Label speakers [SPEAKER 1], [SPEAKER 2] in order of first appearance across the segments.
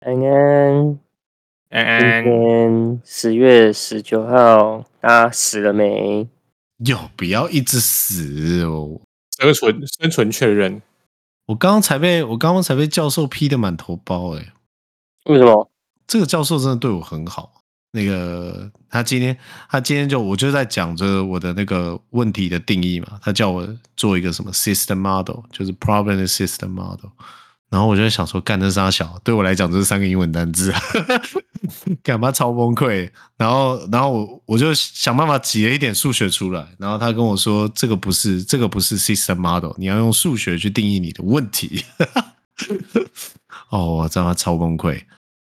[SPEAKER 1] 安安，
[SPEAKER 2] 安
[SPEAKER 1] 今
[SPEAKER 2] 安，
[SPEAKER 1] 天十月十九号，大家死了没？
[SPEAKER 3] 有不要一直死哦！
[SPEAKER 2] 生存生存确认，
[SPEAKER 3] 我刚刚才被我刚刚才被教授批的满头包哎、
[SPEAKER 1] 为什么？
[SPEAKER 3] 这个教授真的对我很好。那个他今天他今天就我就在讲着我的那个问题的定义嘛，他叫我做一个什么 system model，就是 problem and system model。然后我就在想说，干这仨小，对我来讲这是三个英文单字，啊 干嘛超崩溃。然后，然后我我就想办法挤了一点数学出来。然后他跟我说，这个不是这个不是 system model，你要用数学去定义你的问题。哦，我真的超崩溃。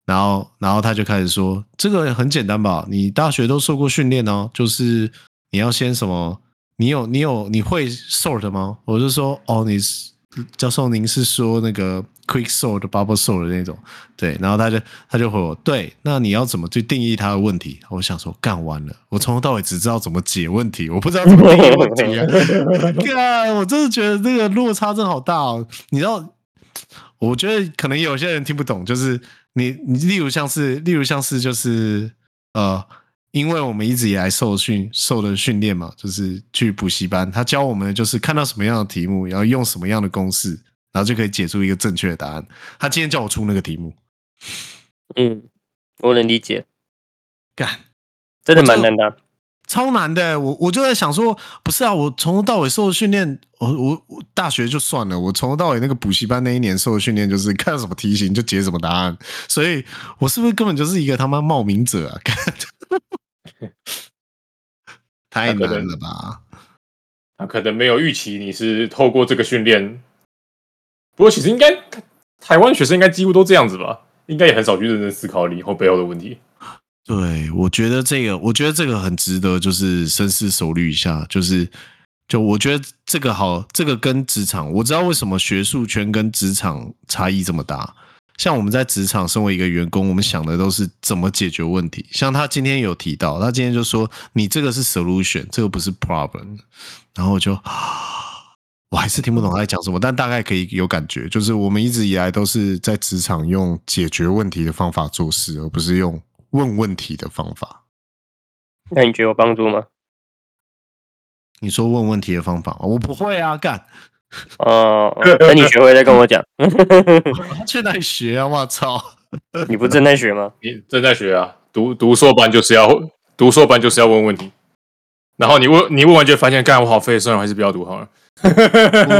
[SPEAKER 3] 然后，然后他就开始说，这个很简单吧？你大学都受过训练哦，就是你要先什么？你有你有你会 sort 吗？我就说，哦，你是教授，您是说那个 quick sort、bubble sort 的那种？对，然后他就他就回我，对，那你要怎么去定义他的问题？我想说，干完了，我从头到尾只知道怎么解问题，我不知道怎么定义问题啊！干，我真的觉得这个落差真的好大哦。你知道，我觉得可能有些人听不懂，就是你你例如像是例如像是就是呃，因为我们一直以来受训受的训练嘛，就是去补习班，他教我们的就是看到什么样的题目，然后用什么样的公式，然后就可以解出一个正确的答案。他今天叫我出那个题目，
[SPEAKER 1] 嗯，我能理解，
[SPEAKER 3] 干。
[SPEAKER 1] 真的
[SPEAKER 3] 我
[SPEAKER 1] 蛮
[SPEAKER 3] 就
[SPEAKER 1] 难的啊。
[SPEAKER 3] 超难的欸、我我就在想说，不是啊，我从头到尾受的训练，我我我大学就算了，我从头到尾那个补习班那一年受的训练就是 看到什么题型就解什么答案，所以我是不是根本就是一个他妈冒名者啊？ 干太难了吧！
[SPEAKER 2] 他可能没有预期你是透过这个训练。不过其实应该台湾学生应该几乎都这样子吧，应该也很少去认真思考你以后背后的问题。
[SPEAKER 3] 对，我觉得这个，我觉得这个很值得，就是深思熟虑一下。就是，就我觉得这个好，这个跟职场，我知道为什么学术圈跟职场差异这么大。像我们在职场，身为一个员工，我们想的都是怎么解决问题。像他今天有提到，他今天就说：“你这个是 solution，这个不是 problem。”然后我就，啊我还是听不懂他在讲什么，但大概可以有感觉，就是我们一直以来都是在职场用解决问题的方法做事，而不是用问问题的方法。
[SPEAKER 1] 那你觉得有帮助吗？
[SPEAKER 3] 你说问问题的方法，我不会啊，干，
[SPEAKER 1] 哦，哦那你学会再跟我讲。
[SPEAKER 3] 我要去哪里学啊？我操！
[SPEAKER 1] 你不正在 学吗？
[SPEAKER 2] 你正在学啊，读读硕班就是要读硕班就是要问问题，然后你问你问完就发现，干我好废，算了，我还是不要读好了。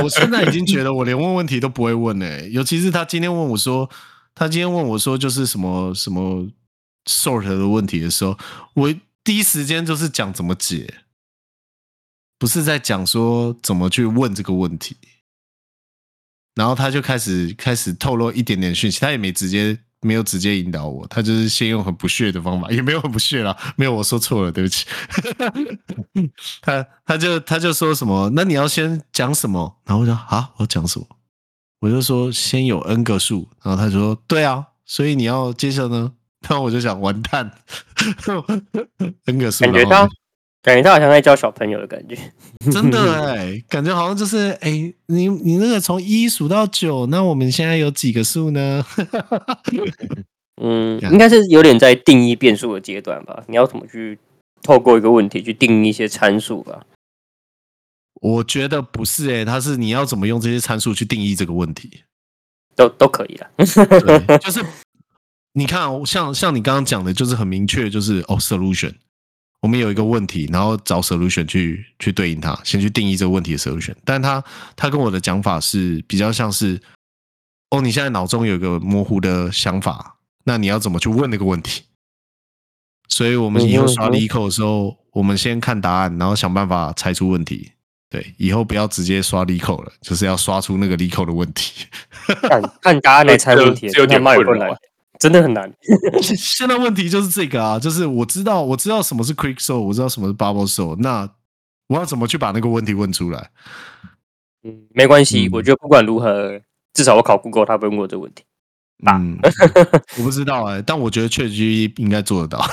[SPEAKER 3] 我现在已经觉得我连问问题都不会问嘞、尤其是他今天问我说，他今天问我说就是什么什么 sort 的问题的时候，我第一时间就是讲怎么解，不是在讲说怎么去问这个问题。然后他就开始开始透露一点点讯息，他也没直接没有直接引导我，他就是先用很不屑的方法， 也没有很不屑啦，没有我说错了，对不起。 他他就他就说什么，那你要先讲什么？然后我就啊，我要讲什么？我就说先有 n 个数，然后他就说对啊，所以你要接着呢。 然后我就想完蛋 ，n 个数，
[SPEAKER 1] 感觉
[SPEAKER 3] 然后
[SPEAKER 1] 到，感觉到好像在教小朋友的感觉。
[SPEAKER 3] 真的哎、感觉好像就是哎、你你那个从一数到九，那我们现在有几个数呢？
[SPEAKER 1] 嗯，
[SPEAKER 3] Yeah.
[SPEAKER 1] 应该是有点在定义变数的阶段吧。你要怎么去透过一个问题去定义一些参数吧？
[SPEAKER 3] 我觉得不是哎、它是你要怎么用这些参数去定义这个问题。
[SPEAKER 1] 都都可以啦。
[SPEAKER 3] 对， 就是你看哦，像像你刚刚讲的，就是很明确，就是哦，solution。我们有一个问题，然后找 solution 去去对应它，先去定义这个问题的 solution。但他他跟我的讲法是比较像是，哦，你现在脑中有一个模糊的想法，那你要怎么去问那个问题？所以我们以后刷
[SPEAKER 1] 嗯哼嗯哼
[SPEAKER 3] l 口的时候，我们先看答案，然后想办法猜出问题。对，以后不要直接刷 l 口了，就是要刷出那个 l 口的问题。
[SPEAKER 1] 看看答案来猜问题，
[SPEAKER 2] 这这哎有点
[SPEAKER 1] 他妈有
[SPEAKER 2] 困
[SPEAKER 1] 困
[SPEAKER 2] 扰啊
[SPEAKER 1] 难，真的很难。
[SPEAKER 3] 现在问题就是这个啊，就是我知道我知道什么是 quick soul，我知道什么是 bubble soul，那我要怎么去把那个问题问出来？
[SPEAKER 1] 嗯，没关系，
[SPEAKER 3] 嗯
[SPEAKER 1] 我觉得不管如何，至少我考 Google，他不会问我这个问题。
[SPEAKER 3] 嗯，我不知道哎、但我觉得 ChatGPT 应该做得到，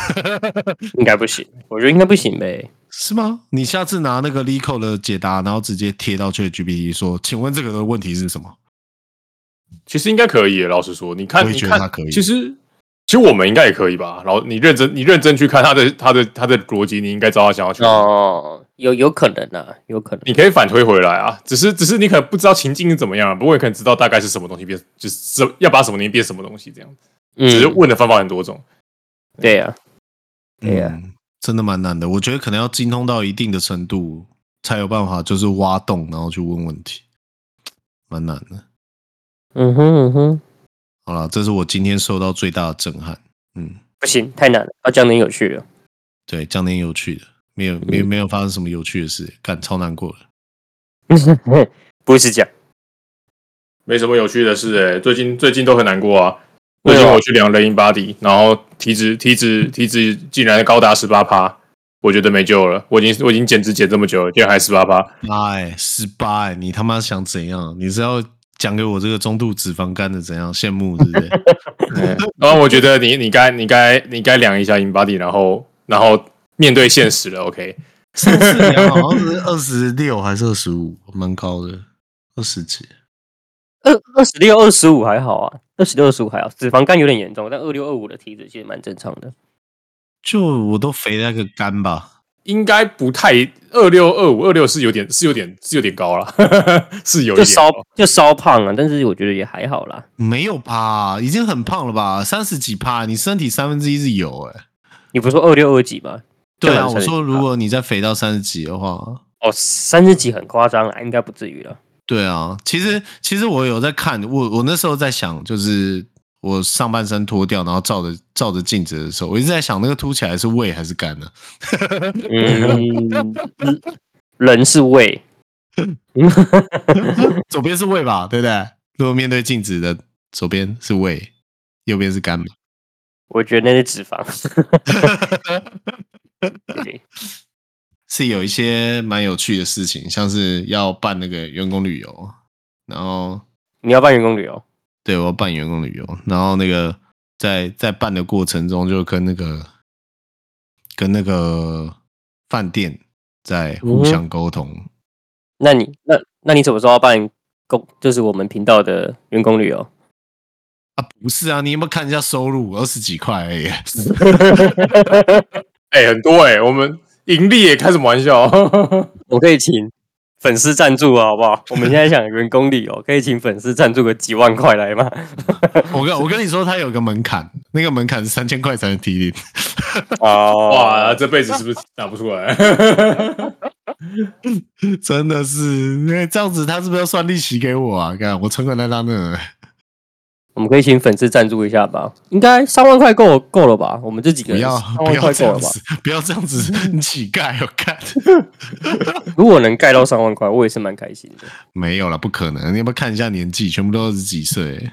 [SPEAKER 1] 应该不行，我觉得应该不行 呗。
[SPEAKER 3] 是吗？你下次拿那个 Lico 的解答，然后直接贴到 ChatGPT 说，请问这个的问题是什么？
[SPEAKER 2] 其实应该可以耶，老实说，你看，
[SPEAKER 3] 我也
[SPEAKER 2] 你
[SPEAKER 3] 觉得
[SPEAKER 2] 看
[SPEAKER 3] 他可以
[SPEAKER 2] 其实，其实我们应该也可以吧。然后你认真，你认真去看他的他的他的逻辑，你应该知道他想要去。
[SPEAKER 1] 哦，有有可能啊，有可能。
[SPEAKER 2] 你可以反推回来啊，只是只是你可能不知道情境是怎么样、啊，不过你可能知道大概是什么东西变，就是是要把什么东西变什么东西这样。只是
[SPEAKER 1] 嗯，
[SPEAKER 2] 问的方法很多种，
[SPEAKER 1] 对啊呀、对呀
[SPEAKER 3] 嗯，真的蛮难的，我觉得可能要精通到一定的程度，才有办法就是挖洞，然后去问问题，蛮难的。
[SPEAKER 1] 嗯哼嗯哼，
[SPEAKER 3] 好了，这是我今天受到最大的震撼。嗯，
[SPEAKER 1] 不行，太难了，要讲点有趣 啊的。
[SPEAKER 3] 对，讲点有趣的，没有
[SPEAKER 1] 嗯
[SPEAKER 3] 没有没有发生什么有趣的事，干超难过的。
[SPEAKER 1] 不是讲，
[SPEAKER 2] 没什么有趣的事诶、最近最近都很难过啊。最近
[SPEAKER 1] 对啊
[SPEAKER 2] 我去量了 in body，然后体脂体脂体脂竟然高达十八趴，我觉得没救了。我已经我已经减脂减这么久了，竟然还十八趴。
[SPEAKER 3] 哎，失败，你他妈想怎样？你是要讲给我这个中度脂肪肝的怎样羡慕，是不 是？
[SPEAKER 2] 然后我觉得你你该你该你该量一下 in body，然后然后面对现实了。OK，
[SPEAKER 3] 上次量好像是二十六还是二十五，蛮高的，二十几。
[SPEAKER 1] 二二十六、二十五还好啊，二十六、二十五还好，脂肪肝有点严重，但二六、二五的体脂其实蛮正常的。
[SPEAKER 3] 就我都肥那个肝吧，
[SPEAKER 2] 应该不太二六二五二六是有点是有点是有点高了， 是有一点哦
[SPEAKER 1] 就稍
[SPEAKER 2] 高
[SPEAKER 1] 就稍胖啊，但是我觉得也还好啦。
[SPEAKER 3] 没有吧？已经很胖了吧？三十几趴，你身体三分之一是油哎、
[SPEAKER 1] 你不是说二六二几吗？
[SPEAKER 3] 对
[SPEAKER 1] 对啊
[SPEAKER 3] 啊，我
[SPEAKER 1] 30
[SPEAKER 3] 说
[SPEAKER 1] 几
[SPEAKER 3] 如
[SPEAKER 1] 趴
[SPEAKER 3] 果你再肥到三十几的话，
[SPEAKER 1] 哦，三十几很夸张啦，应该不至于了。
[SPEAKER 3] 对啊，其实其实我有在看，我我那时候在想，就是我上半身脱掉，然后照着照着镜子的时候，我一直在想，那个凸起来是胃还是肝呢、
[SPEAKER 1] 嗯，人是胃，
[SPEAKER 3] 左边是胃吧，对不对？如果面对镜子的左边是胃，右边是肝嘛。
[SPEAKER 1] 我觉得那是脂肪。对
[SPEAKER 3] 是有一些蛮有趣的事情，像是要办那个员工旅游，然后
[SPEAKER 1] 你要办员工旅游，
[SPEAKER 3] 对我要办员工旅游，然后那个在在办的过程中就跟那个跟那个饭店在
[SPEAKER 1] 嗯
[SPEAKER 3] 互相沟通，
[SPEAKER 1] 那你那那你什么时候要办公？就是我们频道的员工旅游？
[SPEAKER 3] 啊，不是啊，你有没有看一下收入二十几块而已？
[SPEAKER 2] 哎、很多哎、我们盈利也开什么玩笑？
[SPEAKER 1] 我可以请粉丝赞助啊，好不好？我们现在想员工旅游，可以请粉丝赞助个几万块来吗？
[SPEAKER 3] 我跟我跟你说，它有个门槛，那个门槛是三千块才能提领。
[SPEAKER 1] 哦
[SPEAKER 2] 哇，，这辈子是不是打不出来？
[SPEAKER 3] 真的是，那这样子他是不是要算利息给我啊？看我存款在他那，
[SPEAKER 1] 我们可以请粉丝赞助一下吧，应该三万块够够了吧？我们这几个
[SPEAKER 3] 不
[SPEAKER 1] 人
[SPEAKER 3] 要
[SPEAKER 1] 三
[SPEAKER 3] 不
[SPEAKER 1] 万
[SPEAKER 3] 要
[SPEAKER 1] 块
[SPEAKER 3] 这
[SPEAKER 1] 够
[SPEAKER 3] 样
[SPEAKER 1] 了吧？
[SPEAKER 3] 子，不要这样子， 你乞丐我看
[SPEAKER 1] 如果能盖到三万块，我也是蛮开心的。
[SPEAKER 3] 没有了，不可能。你要不要看一下年纪？全部都二十几岁，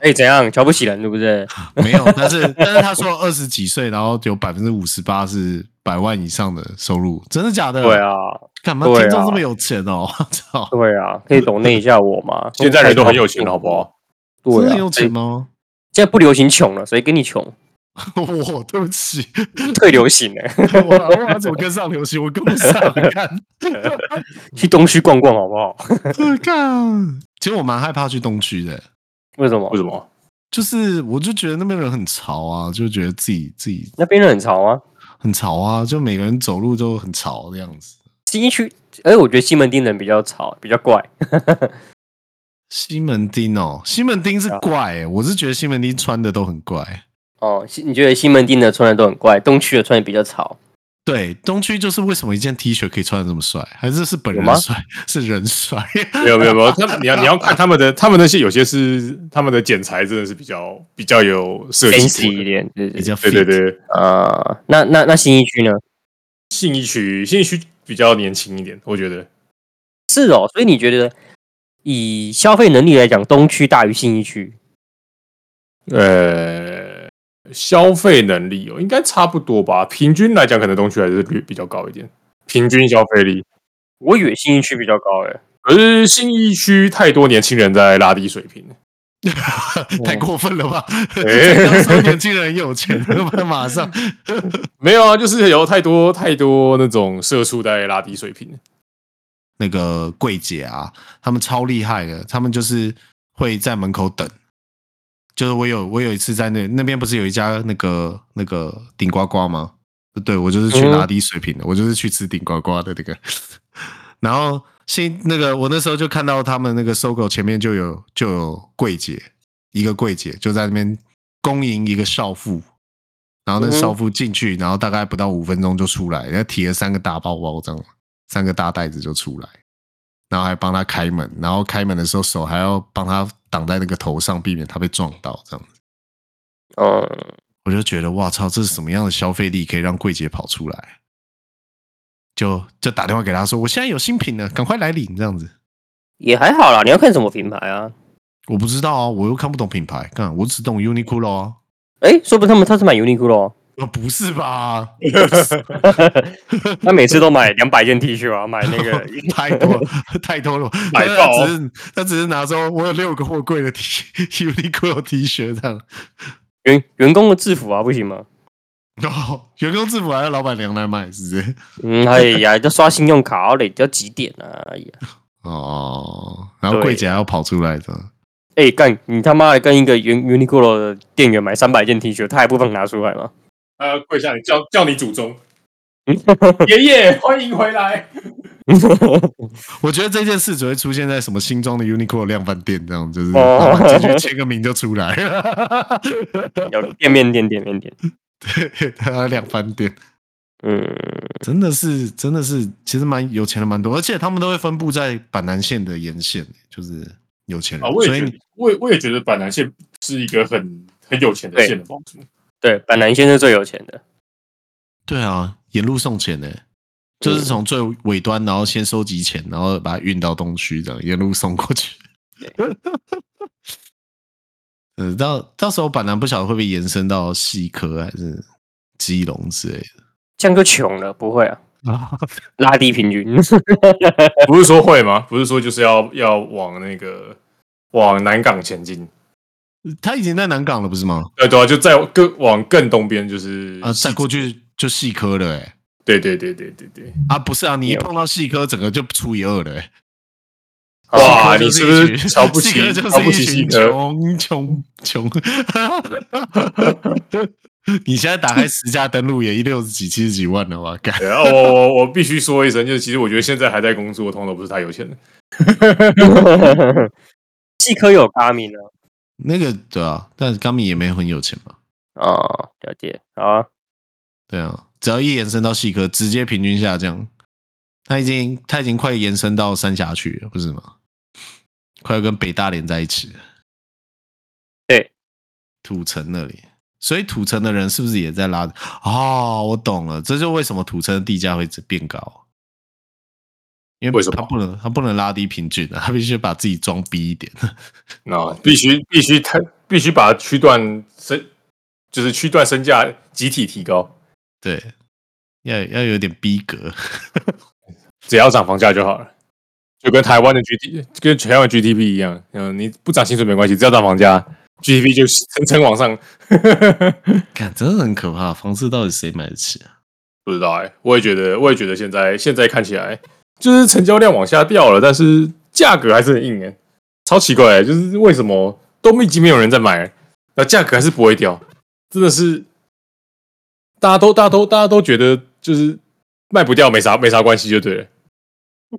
[SPEAKER 1] 哎、怎样瞧不起人，对不对？
[SPEAKER 3] 没有。但是但是他说二十几岁，然后有百分之五十八是百万以上的收入，真的假的？
[SPEAKER 1] 对，啊，
[SPEAKER 3] 干嘛
[SPEAKER 1] 对啊
[SPEAKER 3] 听众这么有钱哦？ 我操，
[SPEAKER 1] 对啊，可以懂那一下我吗？
[SPEAKER 2] 现在人都很有钱了，好不好？
[SPEAKER 1] 对
[SPEAKER 3] 真
[SPEAKER 1] 啊
[SPEAKER 3] 的，有钱吗？
[SPEAKER 1] 现在不流行穷了，谁跟你穷？
[SPEAKER 3] 我对不起，
[SPEAKER 1] 退流行了，
[SPEAKER 2] 嗯
[SPEAKER 3] 我我怎么跟上流行？我跟不上， 看。
[SPEAKER 1] 去东区逛逛好不好？
[SPEAKER 3] 看，其实我蛮害怕去东区的，
[SPEAKER 1] 为什么
[SPEAKER 2] 为？什么？
[SPEAKER 3] 就是我就觉得那边人很潮啊，就觉得自己自己
[SPEAKER 1] 那边人很潮啊，
[SPEAKER 3] 很潮啊，就每个人走路都很潮的样子。
[SPEAKER 1] 西区，哎、我觉得西门町人比较潮，比较怪。
[SPEAKER 3] 西门町哦，西门町是
[SPEAKER 1] 啊
[SPEAKER 3] 怪、欸，我是觉得西门町穿的都很怪。
[SPEAKER 1] 哦，西你觉得西门町的穿的都很怪，东区的穿的比较潮？
[SPEAKER 3] 对，东区就是为什么一件 T 恤可以穿的这么帅，还是是本
[SPEAKER 1] 有吗
[SPEAKER 3] 人帅，是人帅。
[SPEAKER 2] 没有没有没有，他们你要你要看他们的，他们那些有些是他们的剪裁真的是比较比较有设计
[SPEAKER 1] fancy
[SPEAKER 2] 性
[SPEAKER 1] 一
[SPEAKER 2] 的。
[SPEAKER 1] 点，对
[SPEAKER 3] 比
[SPEAKER 1] 对
[SPEAKER 3] 较
[SPEAKER 2] 对
[SPEAKER 3] fit
[SPEAKER 2] 对，对，
[SPEAKER 1] 啊、那那那新一区呢？
[SPEAKER 2] 信义区信义区比较年轻一点，我觉得
[SPEAKER 1] 是哦，所以你觉得以消费能力来讲，东区大于信义区，
[SPEAKER 2] 呃，消费能力哦，应该差不多吧。平均来讲，可能东区还是略比较高一点，平均消费力。
[SPEAKER 1] 我以为信义区比较高诶、
[SPEAKER 2] 可是信义区太多年轻人在拉低水平，
[SPEAKER 1] 哦
[SPEAKER 3] 太过分了吧？
[SPEAKER 2] 哎
[SPEAKER 3] 这样说年轻人有钱，马上
[SPEAKER 2] 没有啊，就是有太多太多那种社畜在拉低水平。
[SPEAKER 3] 那个柜姐啊，他们超厉害的，他们就是会在门口等。就是我有我有一次在那那边不是有一家那个那个顶呱呱吗？对，我就是去
[SPEAKER 1] 嗯
[SPEAKER 3] 拿低水平的，我就是去吃顶呱呱的那个。然后新那个我那时候就看到他们那个搜狗前面就有就有柜姐，一个柜姐就在那边恭迎一个少妇，然后那
[SPEAKER 1] 嗯哼
[SPEAKER 3] 少妇进去，然后大概不到五分钟就出来，然后提了三个大包包这样，三个大袋子就出来，然后还帮他开门，然后开门的时候手还要帮他挡在那个头上，避免他被撞到这样。
[SPEAKER 1] 嗯，
[SPEAKER 3] 我就觉得哇操，这是什么样的消费力可以让柜姐跑出来？就就打电话给他说，我现在有新品了，赶快来领这样子。
[SPEAKER 1] 也还好啦。你要看什么品牌啊？
[SPEAKER 3] 我不知道啊，我又看不懂品牌，干我只懂 Uniqlo 啊。
[SPEAKER 1] 诶，说不定他们他是买 Uniqlo，
[SPEAKER 3] 呃，不是吧？
[SPEAKER 1] 哦他每次都买两百件 T 恤啊，买 那个
[SPEAKER 3] 太多了太多了，
[SPEAKER 2] 买
[SPEAKER 3] 他
[SPEAKER 2] 爆哦
[SPEAKER 3] 只是他只是拿说，我有六个货柜的 T Uniqlo T 恤这样。
[SPEAKER 1] 员员工的制服啊，不行吗？
[SPEAKER 3] 然后员工制服还要老板娘来买，是不是？
[SPEAKER 1] 嗯，哎呀，要刷信用卡要累积到几点啊？哎呀，
[SPEAKER 3] 哦，然后柜姐还要跑出来的，
[SPEAKER 1] 哎、干你他妈的跟一个原 Uniqlo 的店员买三百件 T 恤，他还不帮你拿出来吗？
[SPEAKER 2] 他要跪呃下你叫叫你祖 宗，爷爷欢迎回来。
[SPEAKER 3] 我觉得这件事只会出现在什么新装的 Uniqlo 量贩店这样，就是
[SPEAKER 1] 哦
[SPEAKER 3] 老板进去签个名就出来，
[SPEAKER 1] 有店面店店面店，
[SPEAKER 3] 对，他量贩店
[SPEAKER 1] 嗯，
[SPEAKER 3] 真的是真的是，其实蛮有钱的蛮多，而且他们都会分布在板南线的沿线，就是有钱
[SPEAKER 2] 啊，
[SPEAKER 3] 人，
[SPEAKER 2] 我
[SPEAKER 3] 所
[SPEAKER 2] 也
[SPEAKER 3] 以
[SPEAKER 2] 觉
[SPEAKER 3] 你
[SPEAKER 2] 得，我也我也觉得板南线是一个很很有钱的
[SPEAKER 1] 对
[SPEAKER 2] 县的房主。
[SPEAKER 1] 对，板南先生最有钱的，
[SPEAKER 3] 对啊，沿路送钱呢、就是从最尾端，然后先收集钱，然后把它运到东区，这样沿路送过去。 嗯，到到时候板南不晓得会不会延伸到西科还是基隆之类
[SPEAKER 1] 这样就穷了，不会啊，
[SPEAKER 3] 的啊？
[SPEAKER 1] 拉低平 均，
[SPEAKER 2] 不是说会吗？不是说就是要要往那个往南港前进？
[SPEAKER 3] 他已经在南港了，不是吗？
[SPEAKER 2] 对对啊，就再更往更东边就是
[SPEAKER 3] 啊，再过去就细科了、欸，
[SPEAKER 2] 对对对对对对。
[SPEAKER 3] 啊，不是啊，你一碰到细科，整个就除以二了、欸。
[SPEAKER 2] 哇，
[SPEAKER 3] 细科就
[SPEAKER 2] 你是不
[SPEAKER 3] 一群
[SPEAKER 2] 是 瞧不起
[SPEAKER 3] 细科就
[SPEAKER 2] 瞧
[SPEAKER 3] 是
[SPEAKER 2] 不
[SPEAKER 3] 一
[SPEAKER 2] 起西
[SPEAKER 3] 群
[SPEAKER 2] 科？
[SPEAKER 3] 穷穷穷。 你现在打开十家登录也一六十几、七十几万了吧？干
[SPEAKER 2] 对啊，我我我必须说一声，就是其实我觉得现在还在工作，通常不是太有钱的。
[SPEAKER 1] 细科有啊咖米呢，
[SPEAKER 3] 那个对啊，但是刚米也没很有钱嘛。
[SPEAKER 1] 哦，了解，好啊，
[SPEAKER 3] 对啊，只要一延伸到细科，直接平均下降。他已经他已经快延伸到三峡去了，不是吗？快要跟北大连在一起了。
[SPEAKER 1] 对，
[SPEAKER 3] 土城那里，所以土城的人是不是也在拉？哦，我懂了，这就为什么土城的地价会变高，因
[SPEAKER 2] 为什么
[SPEAKER 3] 他不能他不能拉低平均啊，他必须把自己装逼一点。
[SPEAKER 2] 那必须必须他必须把区段身就是区段身价集体提高，
[SPEAKER 3] 对，要要有点逼格。
[SPEAKER 2] 只要涨房价就好了。就跟台湾的 G D 跟台湾的 G D P 一样，嗯，你不涨薪水没关系，只要涨房价，G D P 就层层往上。
[SPEAKER 3] 看，真的很可怕，房子到底谁买得起啊？
[SPEAKER 2] 不知道哎、我也觉得，我也觉得现在现在看起来就是成交量往下掉了，但是价格还是很硬哎、超奇怪、欸，就是为什么都已经没有人在买，那价格还是不会掉，真的是大家都大家都大家都觉得就是卖不掉没啥没啥关系就对了，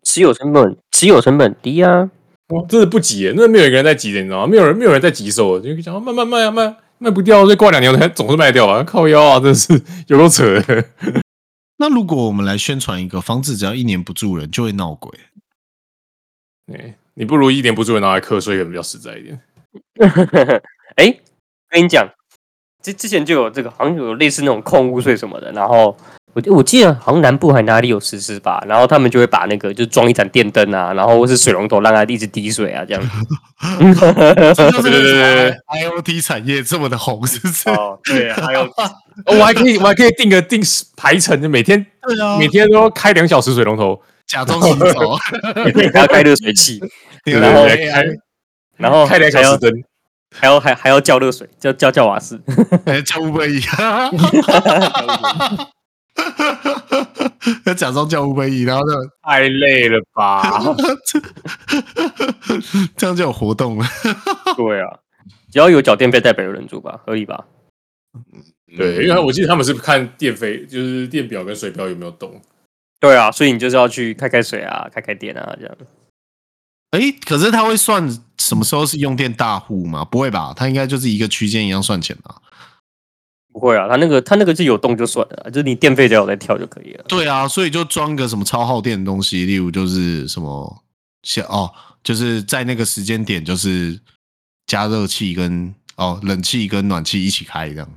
[SPEAKER 1] 持有成本持有成本低啊，
[SPEAKER 2] 哇，真的不急、欸，那没有一个人在急的，你知道吗？没有人没有人在急售，就想慢慢卖啊卖。卖不掉，再挂两年，它 总是卖掉啊！靠腰啊，真的是有够扯的。
[SPEAKER 3] 那如果我们来宣传一个房子，只要一年不住人就会闹 鬼，
[SPEAKER 2] 哎你不如一点不住的拿来课税，可能比较实在一点。
[SPEAKER 1] 哎、跟你讲，之之前就有这个，好像有类似那种控物税什么的，然后我我记得好像南部还哪里有实施吧，然后他们就会把那个就装一盏电灯啊，然后或是水龙头让它一直滴水啊，这 样子。
[SPEAKER 3] 这就是
[SPEAKER 2] 对对对
[SPEAKER 3] 为什么 IOT 产业这么的红，是不是？
[SPEAKER 1] 哦，对啊，还有
[SPEAKER 2] 哦我还可以，我还可以定个定时排程，就每天
[SPEAKER 3] 对啊
[SPEAKER 2] 每天都开两小时水龙头，
[SPEAKER 3] 假装啊行 走，
[SPEAKER 1] 还要开热水器，
[SPEAKER 3] 对
[SPEAKER 2] 然后
[SPEAKER 3] 对
[SPEAKER 2] 开
[SPEAKER 1] 然后
[SPEAKER 2] 开两小
[SPEAKER 1] 还要
[SPEAKER 2] 时灯，
[SPEAKER 1] 还要还还要叫热水，叫叫叫 瓦斯。
[SPEAKER 3] 哎，叫乌龟一， 要假装叫乌龟一，然后呢，
[SPEAKER 2] 太累了 吧？
[SPEAKER 3] 这样就有活动了。
[SPEAKER 1] 对啊，只要有缴电费，代表有人住吧，合理吧？
[SPEAKER 2] 对，因为我记得他们是看电费，就是电表跟水表有没有动。
[SPEAKER 1] 对啊，所以你就是要去开开水啊，开开电啊，这样。
[SPEAKER 3] 哎，可是他会算什么时候是用电大户吗？不会吧，他应该就是一个区间一样算钱啊。
[SPEAKER 1] 不会啊，他那个他那个是有动就算了啊，就是你电费只要有在跳就可以了。
[SPEAKER 3] 对啊，所以就装个什么超耗电的东西，例如就是什么像哦，就是在那个时间点，就是加热器跟哦冷气跟暖气一起开这样。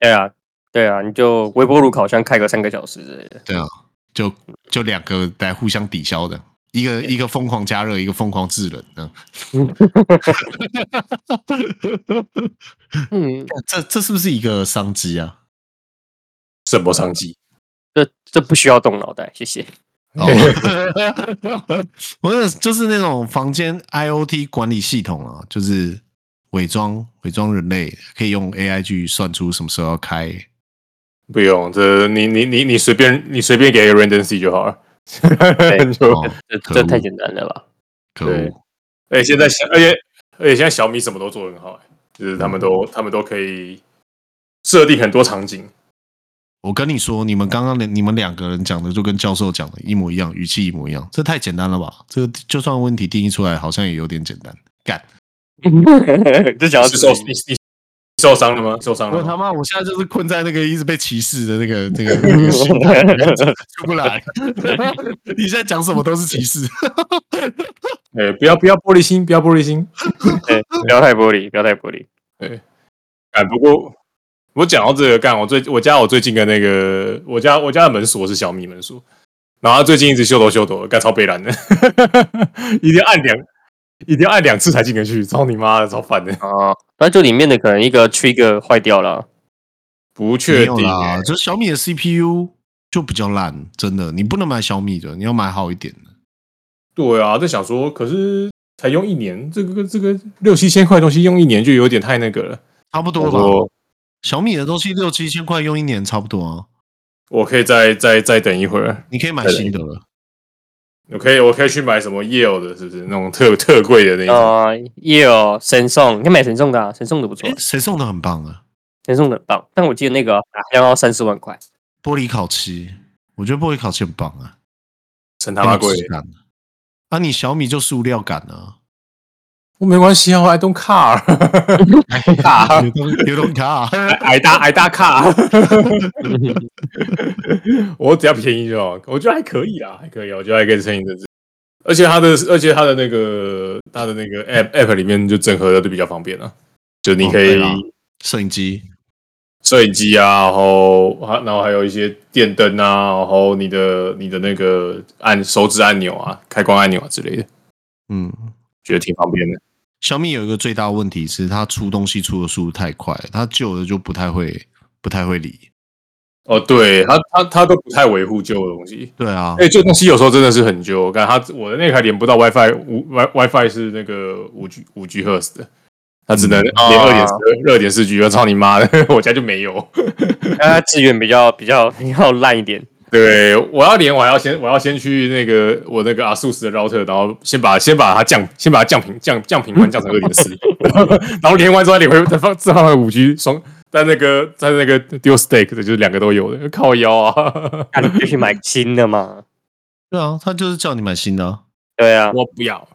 [SPEAKER 1] 对啊，对啊，你就微波炉、烤箱开个三个小时之类的。
[SPEAKER 3] 对啊，就就两个来互相抵消的，一个一个疯狂加热，一个疯狂制冷呢。
[SPEAKER 1] 嗯，
[SPEAKER 3] 这这是不是一个商机啊？
[SPEAKER 2] 什么商机？
[SPEAKER 1] 这这不需要动脑袋，谢谢。
[SPEAKER 3] 哦，我有就是那种房间 IOT 管理系统啊，就是伪装伪装人类，可以用 AI 去算出什么时候要开。
[SPEAKER 2] 不用，这你你你你随便你随便给个 redundancy 就好了。 就
[SPEAKER 3] 哦，
[SPEAKER 1] 这
[SPEAKER 3] 可恶
[SPEAKER 1] 这太简单了吧？
[SPEAKER 3] 可
[SPEAKER 2] 对
[SPEAKER 3] 恶！
[SPEAKER 2] 哎、现在小而且而且现在小米什么都做得很好、哎就是他们都他们都可以设定很多场景。
[SPEAKER 3] 我跟你说，你们刚刚你们两个人讲的就跟教授讲的一模一样，语气一模一样，这太简单了吧？这个就算问题定义出来，好像也有点简单。干！
[SPEAKER 1] 就想要
[SPEAKER 2] 是受你你你受伤了吗？受伤
[SPEAKER 3] 我
[SPEAKER 2] 了
[SPEAKER 3] 他妈，
[SPEAKER 2] 吗？
[SPEAKER 3] 我现在就是困在那个一直被歧视的那个那个那个循环里面 出不来。 你现在讲什么都是歧视。
[SPEAKER 2] 哎、不要不要玻璃心，不要玻璃心。
[SPEAKER 1] 对 不要太玻璃，不要太玻璃。
[SPEAKER 2] 哎，不过我讲到这个干，我最我家我最近的那个我家我家的门锁是小米门锁，然后他最近一直修头修头，干超悲蓝的， 一定要按两一定要按两次才进得去，操你妈的，超烦的。
[SPEAKER 1] 啊，那就里面的可能一个 trigger 坏掉了，
[SPEAKER 2] 不
[SPEAKER 3] 没
[SPEAKER 2] 确
[SPEAKER 3] 有
[SPEAKER 2] 定、
[SPEAKER 3] 啦，
[SPEAKER 2] 欸，
[SPEAKER 3] 就是小米的 CPU 就比较烂，真的，你不能买小米的，你要买好一点的。
[SPEAKER 2] 对啊，在想说，可是才用一年，这个这个六七千块的东西用一年就有点太那个了。
[SPEAKER 3] 差不多
[SPEAKER 2] 我
[SPEAKER 3] 吧，
[SPEAKER 2] 说
[SPEAKER 3] 小米的东西六七千块用一年差不多啊，
[SPEAKER 2] 我可以再再再等一会儿，
[SPEAKER 3] 你可以买新的了。
[SPEAKER 2] 我可以我可以去买什么 Yale 的，是不是那种特特贵的那种？
[SPEAKER 3] 哦
[SPEAKER 1] 啊，也有神送，你可以买神送的、啊，神送的不错
[SPEAKER 3] 诶，谁送的很棒啊？
[SPEAKER 1] 神送的很棒。但我记得那个好像要三四万块，
[SPEAKER 3] 玻璃烤漆，我觉得玻璃烤漆很棒啊，哎
[SPEAKER 2] 神他妈贵
[SPEAKER 3] 很有，质感啊，你小米就塑料感啊，
[SPEAKER 2] 我没关系啊，我 I don't care，
[SPEAKER 3] 卡流动卡，
[SPEAKER 2] 矮大矮大卡， 我只要便宜就好，我觉得还可以啦，还可以啊，我觉得还可以撑一阵子。而且它的，而且它的那个，它的那个 app app 里面就整合的就比较方便了、啊就 你可
[SPEAKER 3] 哦对
[SPEAKER 2] 以
[SPEAKER 3] 啦摄影机，
[SPEAKER 2] 摄影机啊，然后还然后还有一些电灯啊，然后你的你的那个按手指按钮啊、开关按钮啊之类的，
[SPEAKER 3] 嗯，
[SPEAKER 2] 觉得挺方便的。
[SPEAKER 3] 小米有一个最大的问题是，它出东西出的速度太快，它旧的就不太会不太会理。
[SPEAKER 2] 哦，对，它它它都不太维护旧的东西。
[SPEAKER 3] 对啊，
[SPEAKER 2] 哎、这东西有时候真的是很旧。我看它，我的那台连不到 WiFi，五 Wi WiFi 是那个五 G 五 G Hertz 的，它只能连
[SPEAKER 1] 啊
[SPEAKER 2] 二点四二点四 G。我操你妈的， 我家就没有。
[SPEAKER 1] 它资源比较比较比较烂一点。
[SPEAKER 2] 对，我要连，我还要先我要先去那个我那个 ASUS 的 router，然后先把先把它降，先把它降频降降频宽降成二点四，然后连完之后再连回再放再放回五 G 双，在那个在那个 Dual Stack 的就是两个都有的，靠腰啊！
[SPEAKER 1] 那你就去买新的嘛。
[SPEAKER 3] 对啊，它就是叫你买新的、啊。
[SPEAKER 1] 对啊，
[SPEAKER 2] 我不要，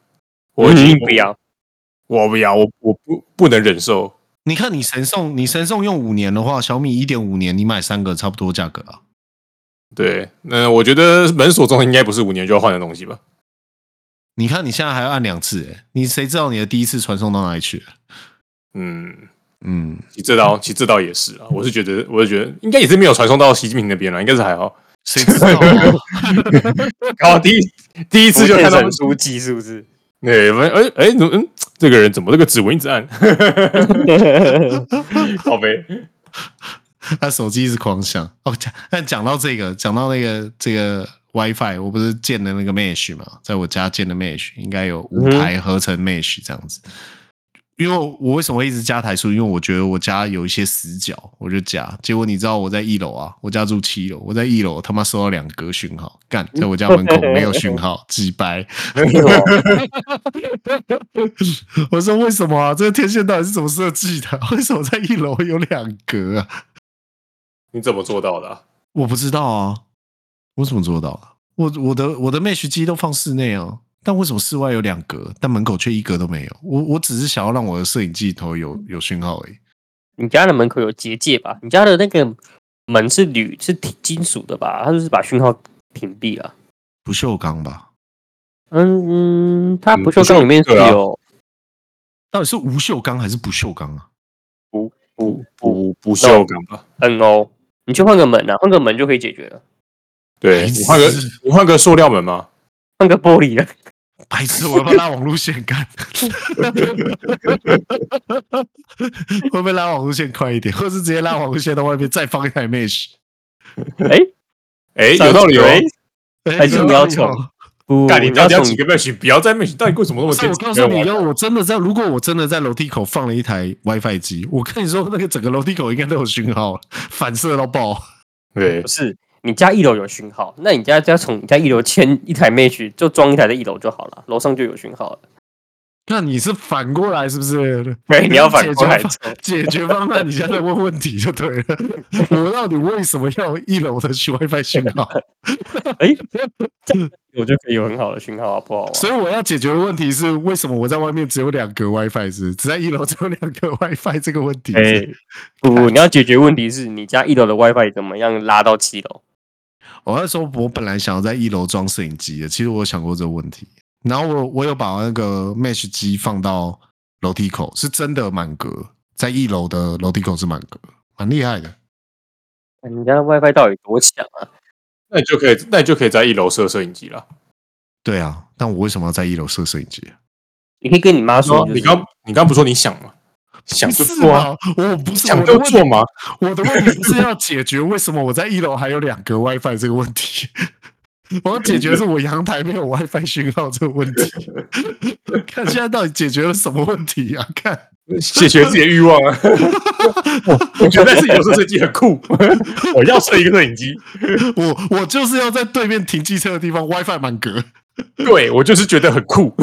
[SPEAKER 1] 我
[SPEAKER 2] 我已
[SPEAKER 1] 一
[SPEAKER 2] 经
[SPEAKER 1] 嗯定不，要。
[SPEAKER 2] 我不要，我我不不能忍受。
[SPEAKER 3] 你看你神送，你神送用五年的话，小米一点五年，你买三个差不多价格啊。
[SPEAKER 2] 对，那我觉得门锁中应该不是五年就要换的东西吧？
[SPEAKER 3] 你看你现在还要按两次、欸，你谁知道你的第一次传送到哪里去？
[SPEAKER 2] 嗯，
[SPEAKER 3] 嗯，
[SPEAKER 2] 其实这倒其实这倒也是啊，我是觉得我是觉得应该也是没有传送到习近平那边了，应该是还好。
[SPEAKER 3] 谁知 道啊、
[SPEAKER 2] 然后第一第一次就看到，
[SPEAKER 1] 神书记哦是不是？
[SPEAKER 2] 对，反正哎哎，怎么嗯，这个人怎么这个指纹一直按？ 好呗，
[SPEAKER 3] 他手机一直狂响。哦，讲但讲到这个，讲到那个这个 WiFi，我不是建的那个 Mesh 嘛，在我家建的 Mesh 应该有五台合成 Mesh 这样子。因为我为什么会一直加台数？因为我觉得我家有一些死角，我就加。结果你知道我在一楼啊，我家住七楼，我在一楼他妈收到两格讯号，干，在我家门口没有讯号，鸡掰。 我说为什么啊？这个天线到底是怎么设计的？ 为什么在一楼有两格啊？
[SPEAKER 2] 你怎么做到的啊、
[SPEAKER 3] 我不知道啊，我怎么做到的？啊我我的我的 Mesh 机都放室内啊，但为什么室外有两格，但门口却一格都没有？我我只是想要让我的摄影镜头有有讯号而已。
[SPEAKER 1] 你家的门口有结界吧？你家的那个门是铝是铁金属的吧？它就是把讯号屏蔽了。
[SPEAKER 3] 不锈钢吧？
[SPEAKER 1] 嗯嗯，它
[SPEAKER 2] 嗯
[SPEAKER 1] 不锈钢里面是
[SPEAKER 2] 不锈钢
[SPEAKER 1] 有
[SPEAKER 3] 到底是无锈钢还是不锈钢啊？
[SPEAKER 1] 不不
[SPEAKER 2] 不不锈钢吧？
[SPEAKER 1] NO，你去换个门啊，换个门就可以解决了，哎
[SPEAKER 2] 对你换个你换个塑料门嘛？
[SPEAKER 1] 换个玻璃了。
[SPEAKER 3] 白 痴，我要不要拉网路线 干？会不会拉网路线快一点，或是直接拉网路线到外面再放一台 Mesh？
[SPEAKER 1] 哎、
[SPEAKER 2] 哎，有道理哦。
[SPEAKER 1] 哎
[SPEAKER 3] 哎
[SPEAKER 1] 还是
[SPEAKER 3] 有
[SPEAKER 1] 你要
[SPEAKER 3] 道理
[SPEAKER 1] 宠
[SPEAKER 3] 哦
[SPEAKER 1] 不，
[SPEAKER 2] 干你
[SPEAKER 1] 不
[SPEAKER 2] 到
[SPEAKER 1] 要
[SPEAKER 2] 底要
[SPEAKER 1] 送
[SPEAKER 2] 几个 match？不要再 match，到底为什么那
[SPEAKER 3] 不
[SPEAKER 2] 么
[SPEAKER 3] 是，
[SPEAKER 2] 坚
[SPEAKER 3] 我
[SPEAKER 2] 持
[SPEAKER 3] 告诉你，
[SPEAKER 2] 玩
[SPEAKER 3] 要我真的在，如果我真的在楼梯口放了一台 WiFi 机，我跟你说，那个整个楼梯口应该都有讯号了，反射到爆。
[SPEAKER 2] 对
[SPEAKER 1] 不，是你家一楼有讯号，那你家家从你家一楼迁一台 Mesh 就装一台在一楼就好了，楼上就有讯号 了。
[SPEAKER 3] 那你是反过来是不是？
[SPEAKER 1] 对，哎你要反过来
[SPEAKER 3] 解决方解决
[SPEAKER 1] 做，
[SPEAKER 3] 方案，你现在问问题就 对了。我到底为什么要一楼的 WiFi 讯号？
[SPEAKER 1] 我就可以有很好的讯号啊，不好玩。
[SPEAKER 3] 所以我要解决的问题是，为什么我在外面只有两个 WiFi 是不是只在一楼只有两个 WiFi 这个问题？
[SPEAKER 1] 哎，不不，你要解决问题是你家一楼的 WiFi 怎么样拉到七楼？
[SPEAKER 3] 我哦那时候我本来想要在一楼装摄影机的，其实我有想过这个问题。然后我我有把那个 Mesh 机放到楼梯口，是真的满格，在一楼的楼梯口是满格，蛮厉害的。
[SPEAKER 1] 哎你家的 WiFi 到底多强啊？
[SPEAKER 2] 那你就可以，那你就可以在一楼设摄影机了。
[SPEAKER 3] 对啊，但我为什么要在一楼设摄影机？
[SPEAKER 1] 你可以跟哦你妈说，
[SPEAKER 2] 你
[SPEAKER 1] 就是
[SPEAKER 2] 刚你刚不说你想吗？想就
[SPEAKER 3] 不是
[SPEAKER 2] 做啊，
[SPEAKER 3] 嘛，我不是
[SPEAKER 2] 想
[SPEAKER 3] 我的
[SPEAKER 2] 就
[SPEAKER 3] 问
[SPEAKER 2] 做嘛。
[SPEAKER 3] 我的问题是要解决为什么我在一楼还有两个 WiFi 这个问题。 我要解决是我阳台没有 WiFi 讯号这个问题。 看现在到底解决了什么问题啊？看。
[SPEAKER 2] 解决自己的欲望 啊！我我觉得自己有摄影机很酷， 我要设一个摄影机。
[SPEAKER 3] 我我就是要在对面停机车的地方 WiFi 满格。
[SPEAKER 2] 对我就是觉得很 酷。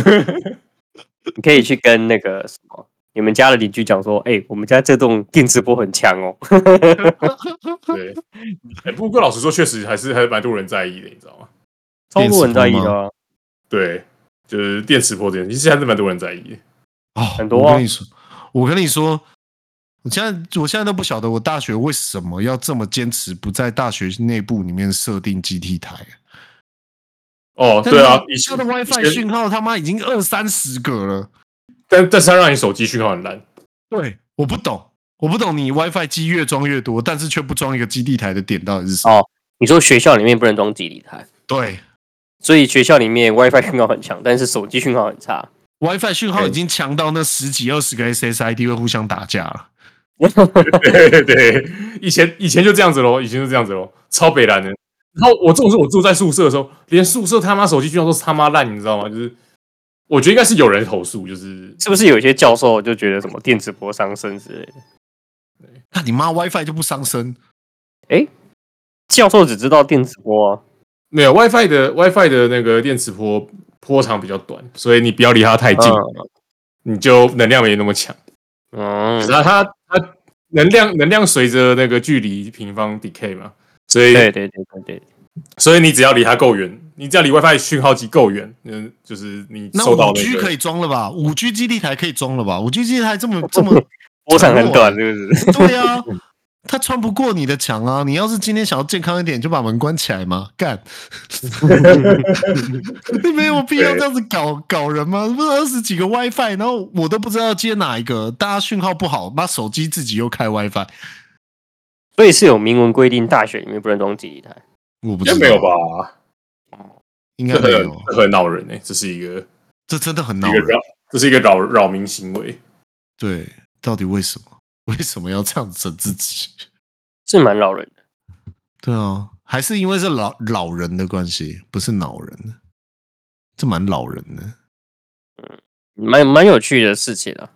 [SPEAKER 1] 你可以去跟那个什么。你们家的邻居讲说：“哎、我们家这栋电磁波很强 哦，
[SPEAKER 2] 对，哎不过老实说，确实还是还是蛮多人在意的，你知道吗？
[SPEAKER 1] 超多人在意的、啊。
[SPEAKER 2] 对，就是电磁波这件事，其实还是蛮多人在意的。
[SPEAKER 3] 哦，
[SPEAKER 1] 很多啊
[SPEAKER 3] 我跟你说，我跟你说，我现在我现在都不晓得我大学为什么要这么坚持不在大学内部里面设定 GT 台。
[SPEAKER 2] 哦，对啊，以
[SPEAKER 3] 他
[SPEAKER 2] 前
[SPEAKER 3] 的 WiFi
[SPEAKER 2] 以前
[SPEAKER 3] 讯号他妈已经二三十个了。
[SPEAKER 2] 但但是它让你手机讯号很烂。
[SPEAKER 3] 对，我不懂，我不懂你 WiFi 机越装越多，但是却不装一个基地台的点到底是什么？
[SPEAKER 1] 哦你说学校里面不能装基地台，
[SPEAKER 3] 对。
[SPEAKER 1] 所以学校里面 WiFi 讯号很强，但是手机讯号很差。
[SPEAKER 3] WiFi 讯号已经强到那十几二十个 SSID 会互相打架了。
[SPEAKER 2] 对 对，以前以前就这样子咯，以前就这样子咯，超北蓝的。然后我这种是我住在宿舍的时候，连宿舍他妈手机讯号都是他妈烂，你知道吗？就是我觉得应该是有人投诉，就是
[SPEAKER 1] 是不是有一些教授就觉得什么电磁波伤身之类的？
[SPEAKER 3] 那你妈 WiFi 就不伤身？
[SPEAKER 1] 教授只知道电磁波啊，
[SPEAKER 2] 没有 WiFi 的 WiFi 的那个电磁波波长比较短，所以你不要离它太近，你就能量没那么强。
[SPEAKER 1] 嗯，
[SPEAKER 2] 然后它它能量能量随着那个距离平方 decay 嘛，所以
[SPEAKER 1] 对对对对对，
[SPEAKER 2] 所以你只要离它够远，你只要离 WiFi 讯号机够远，嗯，就是你
[SPEAKER 3] 那
[SPEAKER 2] 收到
[SPEAKER 3] 五
[SPEAKER 2] 那
[SPEAKER 3] G
[SPEAKER 2] 个
[SPEAKER 3] 可以装了吧？五 G 基地台可以装了吧？五 G 基地台这 么这么
[SPEAKER 1] 波长很短，是不是？
[SPEAKER 3] 对啊，它穿不过你的墙啊！你要是今天想要健康一点，就把门关起来嘛，干！ 你没有必要这样子搞搞人吗？不是二十几个 WiFi，然后我都不知道接哪一个，大家讯号不好，妈手机自己又开 WiFi，
[SPEAKER 1] 所以是有明文规定，大学里面不能装基地台。
[SPEAKER 3] 我不
[SPEAKER 2] 应
[SPEAKER 3] 知
[SPEAKER 2] 该
[SPEAKER 3] 道，
[SPEAKER 2] 没有？吧？
[SPEAKER 3] 应该
[SPEAKER 2] 这
[SPEAKER 3] 没
[SPEAKER 2] 很
[SPEAKER 3] 有，
[SPEAKER 2] 这很恼人哎、这是一个
[SPEAKER 3] 这真的很
[SPEAKER 2] 一
[SPEAKER 3] 恼
[SPEAKER 2] 个
[SPEAKER 3] 人
[SPEAKER 2] 扰。，这是一个扰扰民行为。
[SPEAKER 3] 对，到底为什么？为什么要这样整自己？
[SPEAKER 1] 是蛮老人的。
[SPEAKER 3] 对啊，还是因为是老老人的关系，不是恼人，这蛮老人的。
[SPEAKER 1] 蛮蛮有趣的事情啊，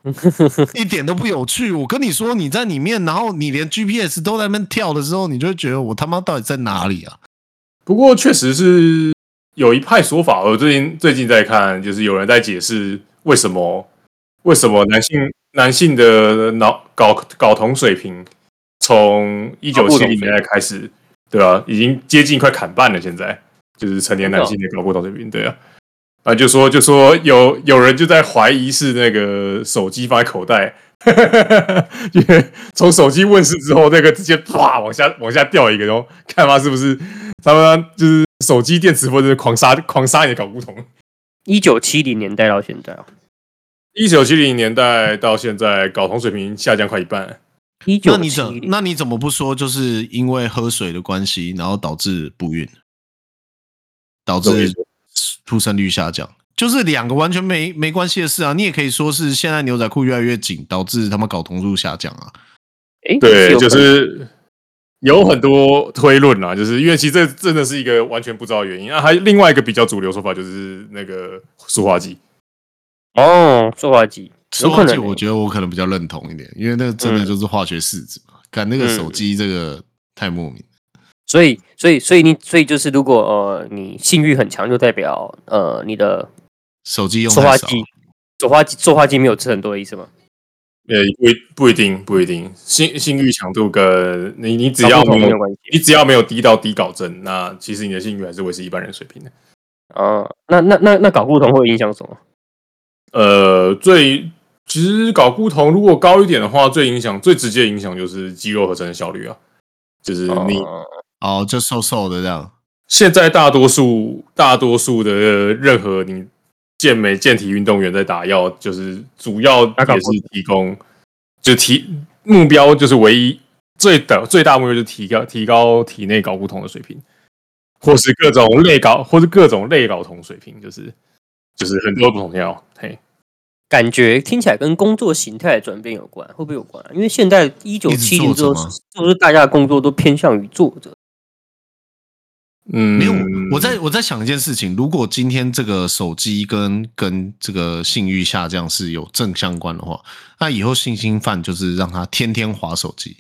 [SPEAKER 3] 一点都不有趣。我跟你说，你在里面，然后你连 GPS 都在那边跳的时候，你就会觉得我他妈到底在哪里啊？
[SPEAKER 2] 不过确实是有一派说法，我最近最近在看，就是有人在解释为什么为什么男性男性的脑睾睾酮水平从一九
[SPEAKER 1] 睾固
[SPEAKER 2] 七
[SPEAKER 1] 酮
[SPEAKER 2] 零年代开始，对啊，已经接近快砍半了，现在就是成年男性的哦睾固酮水平，对啊。啊，就说就说有有人就在怀疑是那个手机放在口袋， 因为从手机问世之后，那个直接啪往下往下掉一个，然后看他是不是他们就是手机电磁波就是狂杀狂杀你的睾固酮。
[SPEAKER 1] 一九七零年代到现在啊，
[SPEAKER 2] 一九七零年代到现在，睾酮水平下降快一半。
[SPEAKER 1] 一
[SPEAKER 3] 那
[SPEAKER 1] 九
[SPEAKER 3] 你
[SPEAKER 1] 七
[SPEAKER 3] 怎
[SPEAKER 1] 零，
[SPEAKER 3] 那你怎么不说，就是因为喝水的关系，然后导致不孕，导
[SPEAKER 2] 懂意
[SPEAKER 3] 致
[SPEAKER 2] 思
[SPEAKER 3] 出生率下降？就是两个完全没没关系的事啊！你也可以说是现在牛仔裤越来越紧，导致他妈睾酮素下降啊。
[SPEAKER 1] 哎，
[SPEAKER 2] 对，
[SPEAKER 1] 有
[SPEAKER 2] 就
[SPEAKER 1] 可能
[SPEAKER 2] 是有很多推论啦，就是因为其实这真的是一个完全不知道的原因啊。还有另外一个比较主流说法就是那个塑化剂，
[SPEAKER 1] 哦，塑化剂，有
[SPEAKER 3] 说
[SPEAKER 1] 可
[SPEAKER 3] 话剂
[SPEAKER 1] 能欸，
[SPEAKER 3] 我觉得我可能比较认同一点，因为那个真的
[SPEAKER 1] 嗯
[SPEAKER 3] 就是化学式子嘛。干、那个
[SPEAKER 1] 嗯
[SPEAKER 3] 手机这个太莫名了。
[SPEAKER 1] 所以，所以，所以你，所以就是，如果呃你性欲很强，就代表呃你的
[SPEAKER 3] 手机用
[SPEAKER 1] 塑
[SPEAKER 3] 太
[SPEAKER 1] 化
[SPEAKER 3] 少，
[SPEAKER 1] 剂，塑化剂，塑化剂没有吃很多的意思吗？
[SPEAKER 2] 呃，不一不一定不一定，性性欲强度跟你你只要
[SPEAKER 1] 跟
[SPEAKER 2] 没
[SPEAKER 1] 没有
[SPEAKER 2] 有
[SPEAKER 1] 关系
[SPEAKER 2] 你只要没有低到低睾症，那其实你的性欲还是维持一般人水平的。
[SPEAKER 1] 啊、那那那那搞不同会影响什么？
[SPEAKER 2] 呃，最其实睾固酮如果高一点的话，最影响最直接影响就是肌肉合成的效率啊，就是你
[SPEAKER 1] 哦
[SPEAKER 3] 哦，就瘦瘦的这样。
[SPEAKER 2] 现在大多数大多数的任何你健美健体运动员在打药，就是主要
[SPEAKER 1] 打搞
[SPEAKER 2] 也
[SPEAKER 1] 不
[SPEAKER 2] 是提供，就提目标就是唯一最的最大目标就是提高提高体内睾固酮的水平，或是各种类睾或是各种类睾酮水平，就是就是很多不同药，嘿，
[SPEAKER 1] 感觉听起来跟工作形态的转变有关，会不会有关、啊？因为现在一九七零之
[SPEAKER 3] 坐
[SPEAKER 1] 后，
[SPEAKER 3] 着吗
[SPEAKER 1] 是不是大家的工作都偏向于坐着？
[SPEAKER 2] 嗯，
[SPEAKER 3] 没有，我在我在想一件事情：如果今天这个手机跟跟这个性欲下降是有正相关的话，那以后性侵犯就是让他天天划手机，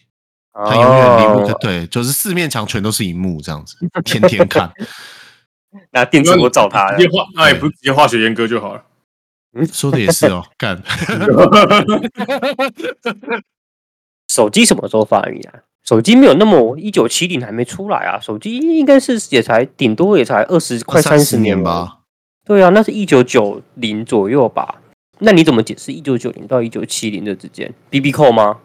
[SPEAKER 3] 他永远离不开、
[SPEAKER 1] 哦
[SPEAKER 3] 对，就是四面墙全都是荧幕这样子，天天 看。
[SPEAKER 1] 拿电磁波照他
[SPEAKER 2] 直。接化，那也不是直接化学阉割就好了。
[SPEAKER 3] 说的也是哦，干，
[SPEAKER 1] 手机什么时候发明啊？手机没有那么一九七零还没出来啊，手机应该是也才顶多也才二十快三十
[SPEAKER 3] 30年
[SPEAKER 1] 吧。
[SPEAKER 3] 吧。
[SPEAKER 1] 对啊，那是一九九零左右吧？那你怎么解释一九九零到一九七零这之间？B B 扣吗？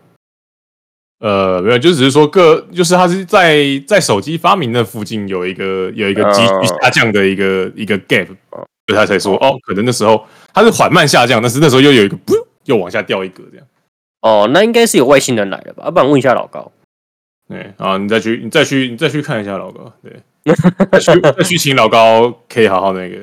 [SPEAKER 2] 呃，没有，就只是说各，就是它是在在手机发明的附近有一个有一个急
[SPEAKER 1] 哦
[SPEAKER 2] 剧下降的一个一个 gap，所以他才说哦，可能那时候它是缓慢下降，但是那时候又有一个噗又往下掉一格这样。
[SPEAKER 1] 哦，那应该是有外星人来了吧？要啊不然问一下老高。
[SPEAKER 2] 对啊，你再去你再去你再去看一下老高，对，再 去再去请老高可以好好那个。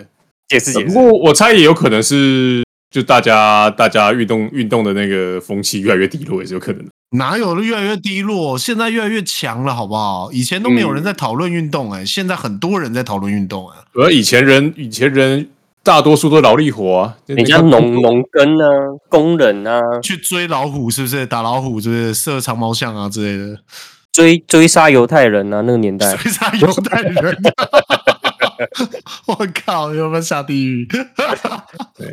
[SPEAKER 1] 解释
[SPEAKER 2] 呃不过我猜也有可能是就大家大家运动运动的那个风气越来越低落也是有可能的。
[SPEAKER 3] 哪有越来越低落？现在越来越强了，好不好？以前都没
[SPEAKER 1] 嗯
[SPEAKER 3] 有人在讨论运动、哎、现在很多人在讨论运动、哎。
[SPEAKER 2] 而以前人以前人大多数都劳力活啊，就
[SPEAKER 1] 人
[SPEAKER 2] 那
[SPEAKER 1] 家
[SPEAKER 2] 个
[SPEAKER 1] 农农耕啊，工人啊，
[SPEAKER 3] 去追老虎，是不是打老虎，是不是射长毛象啊之类的？
[SPEAKER 1] 追追杀犹太人啊，那个年代
[SPEAKER 3] 追杀犹太人，啊 我靠，有没有下地狱？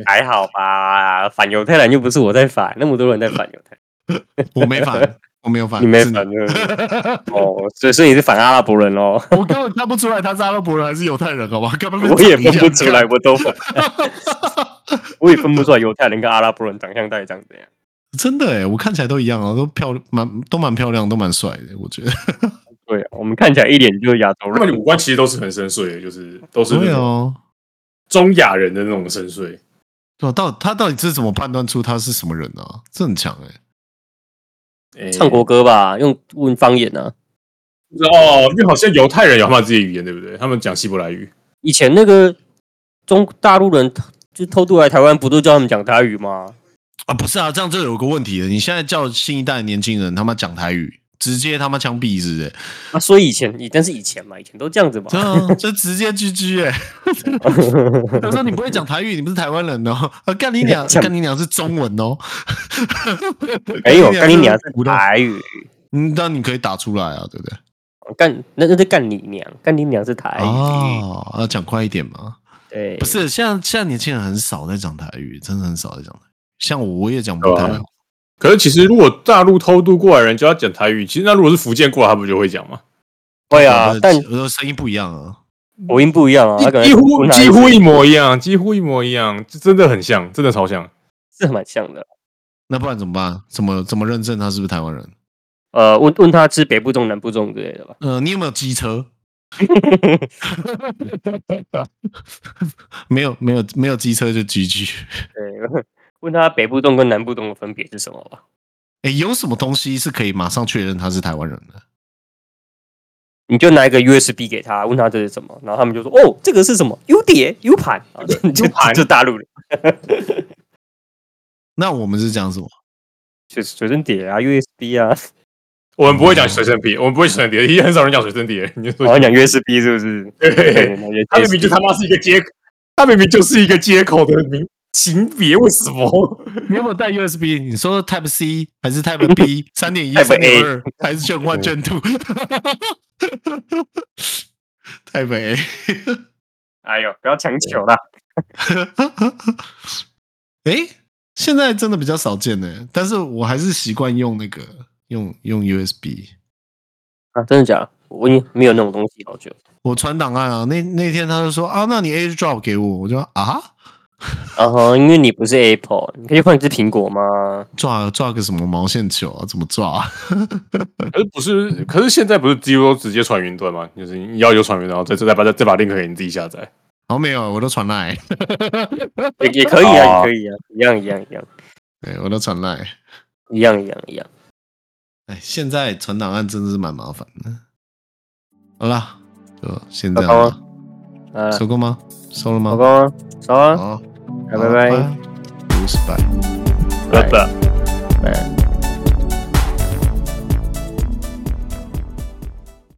[SPEAKER 1] 还好吧？反犹太人又不是我在反，那么多人在反犹太人，
[SPEAKER 3] 我没反，我没有反，
[SPEAKER 1] 你没
[SPEAKER 3] 啊是
[SPEAKER 1] 反对不对 哦，所以所以你是反阿拉伯人哦。
[SPEAKER 3] 我根本看不出来他是阿拉伯人还是犹太人，好吧？根本
[SPEAKER 1] 我也分不出来，。我都反，我也分不出来犹太人跟阿拉伯人长相到底长怎样。
[SPEAKER 3] 真的哎、我看起来都一样啊，都漂亮，蛮都蛮漂亮，都蛮帅的，我觉得。
[SPEAKER 1] 对啊，我们看起来一脸就是亚洲
[SPEAKER 2] 他们
[SPEAKER 1] 人，
[SPEAKER 2] 五官其实都是很深邃的，就是都是
[SPEAKER 3] 对
[SPEAKER 2] 那种
[SPEAKER 1] 啊
[SPEAKER 3] 哦，
[SPEAKER 2] 中亚人的那种深邃。
[SPEAKER 3] 对啊到他到底是怎么判断出他是什么人啊？这很强哎、
[SPEAKER 2] 诶
[SPEAKER 1] 唱国歌吧，用问方言啊。
[SPEAKER 2] 就是哦，因为好像犹太人有他们自己的语言，对不对？他们讲希伯来语，
[SPEAKER 1] 以前那个中大陆人就偷渡来台湾，不都叫他们讲台语吗？
[SPEAKER 3] 啊，不是啊，这样就有个问题了。你现在叫新一代的年轻人他妈讲台语，直接他妈枪毙是不 是？
[SPEAKER 1] 啊，所以以前，但是以前嘛，以前都这样子嘛。
[SPEAKER 3] 对啊，这直接 GG 哎、他说你不会讲台语，你不是台湾人哦。啊，干你娘，
[SPEAKER 1] 讲
[SPEAKER 3] 干你娘是中文 哦。
[SPEAKER 1] 没有，哎干你娘
[SPEAKER 3] 是
[SPEAKER 1] 是
[SPEAKER 3] 古代
[SPEAKER 1] 台语，
[SPEAKER 3] 嗯，但你可以打出来啊，对不对？
[SPEAKER 1] 干那那是干你娘，干你娘是台语。
[SPEAKER 3] 哦，要讲快一点嘛。
[SPEAKER 1] 对，
[SPEAKER 3] 不是，现在现在年轻人很少在讲台语，真的很少在讲台语。像我，我也讲不太好
[SPEAKER 2] 对啊。可是其实如果大陆偷渡过来人就要讲台语，其实那如果是福建过来，他不就会讲吗？
[SPEAKER 1] 会啊，但
[SPEAKER 3] 我的声音不一样啊。
[SPEAKER 1] 口音不一样啊，他可能
[SPEAKER 2] 几乎
[SPEAKER 1] 是
[SPEAKER 2] 几乎一模一样，几乎一模一样，这真的很像，真的超像。
[SPEAKER 1] 是蛮像的。
[SPEAKER 3] 那不然怎么办？怎么怎么认证他是不是台湾人？
[SPEAKER 1] 呃，问问他吃北部粽、南部粽之类的吧。
[SPEAKER 3] 呃，你有没有机 车？没有，没有，没有机车就 GG。
[SPEAKER 1] 对， 问他北部粽跟南部粽的分别是什么吧？
[SPEAKER 3] 哎，有什么东西是可以马上确认他是台湾人的？
[SPEAKER 1] 你就拿一个 USB 给他，问他这是什么，然后他们就说：“哦，这个是什么？U 碟、U 盘。然后就”就
[SPEAKER 2] 盘
[SPEAKER 1] 就大陆人，
[SPEAKER 3] 那我们是讲什么？
[SPEAKER 1] 就随身碟啊、USB 啊，
[SPEAKER 2] 我们不会讲随身碟，我们不会随身碟，也很少人讲随身碟。你就
[SPEAKER 1] 好
[SPEAKER 2] 说，
[SPEAKER 1] 像讲 USB 是不是？对，
[SPEAKER 2] 对，
[SPEAKER 1] 那就
[SPEAKER 2] 他明明就
[SPEAKER 1] USB
[SPEAKER 2] 他妈是一个接，他明明就是一个接口的名情别，为什么？
[SPEAKER 3] 你有没有带 USB？你说 Type C 还是 Type B？三 点一、
[SPEAKER 1] Type
[SPEAKER 3] 三
[SPEAKER 1] A
[SPEAKER 3] 点二还是卷 One 卷 Two？Type A。
[SPEAKER 1] 哎呦，不要强求啦。
[SPEAKER 3] 哎、现在真的比较少见呢，但是我还是习惯用那个用用 USB。
[SPEAKER 1] 啊，真的假的？我已经没有那种东西好久
[SPEAKER 3] 我传档案啊，那那天他就说啊，那你 AirDrop 给我，我就说啊，
[SPEAKER 1] 啊哈，因为你不是 Apple，你可以换一只苹果吗？
[SPEAKER 3] 抓抓个什么毛线球啊？怎么抓、啊？
[SPEAKER 2] 可是不是？可是现在不是几乎都直接传云端吗？就是你要有传云端，然后再再把再再把 link 给你自己下载。
[SPEAKER 3] 然后没有，我都传来，
[SPEAKER 1] 也也可以啊，也
[SPEAKER 2] 哦
[SPEAKER 1] 可以啊，一样一样一样
[SPEAKER 3] 对我都传来。
[SPEAKER 1] 一样一样一样。
[SPEAKER 3] 哎，现在传档案真的是蛮麻烦的。好啦，就先这
[SPEAKER 1] 收
[SPEAKER 3] 样
[SPEAKER 1] 工
[SPEAKER 3] 了
[SPEAKER 1] 啊。啊，
[SPEAKER 3] 收工吗？收了吗
[SPEAKER 1] 老？公啊，走啊，
[SPEAKER 3] 好，
[SPEAKER 1] 拜拜
[SPEAKER 3] 拜，我是拜。
[SPEAKER 2] 拜拜。
[SPEAKER 1] 拜。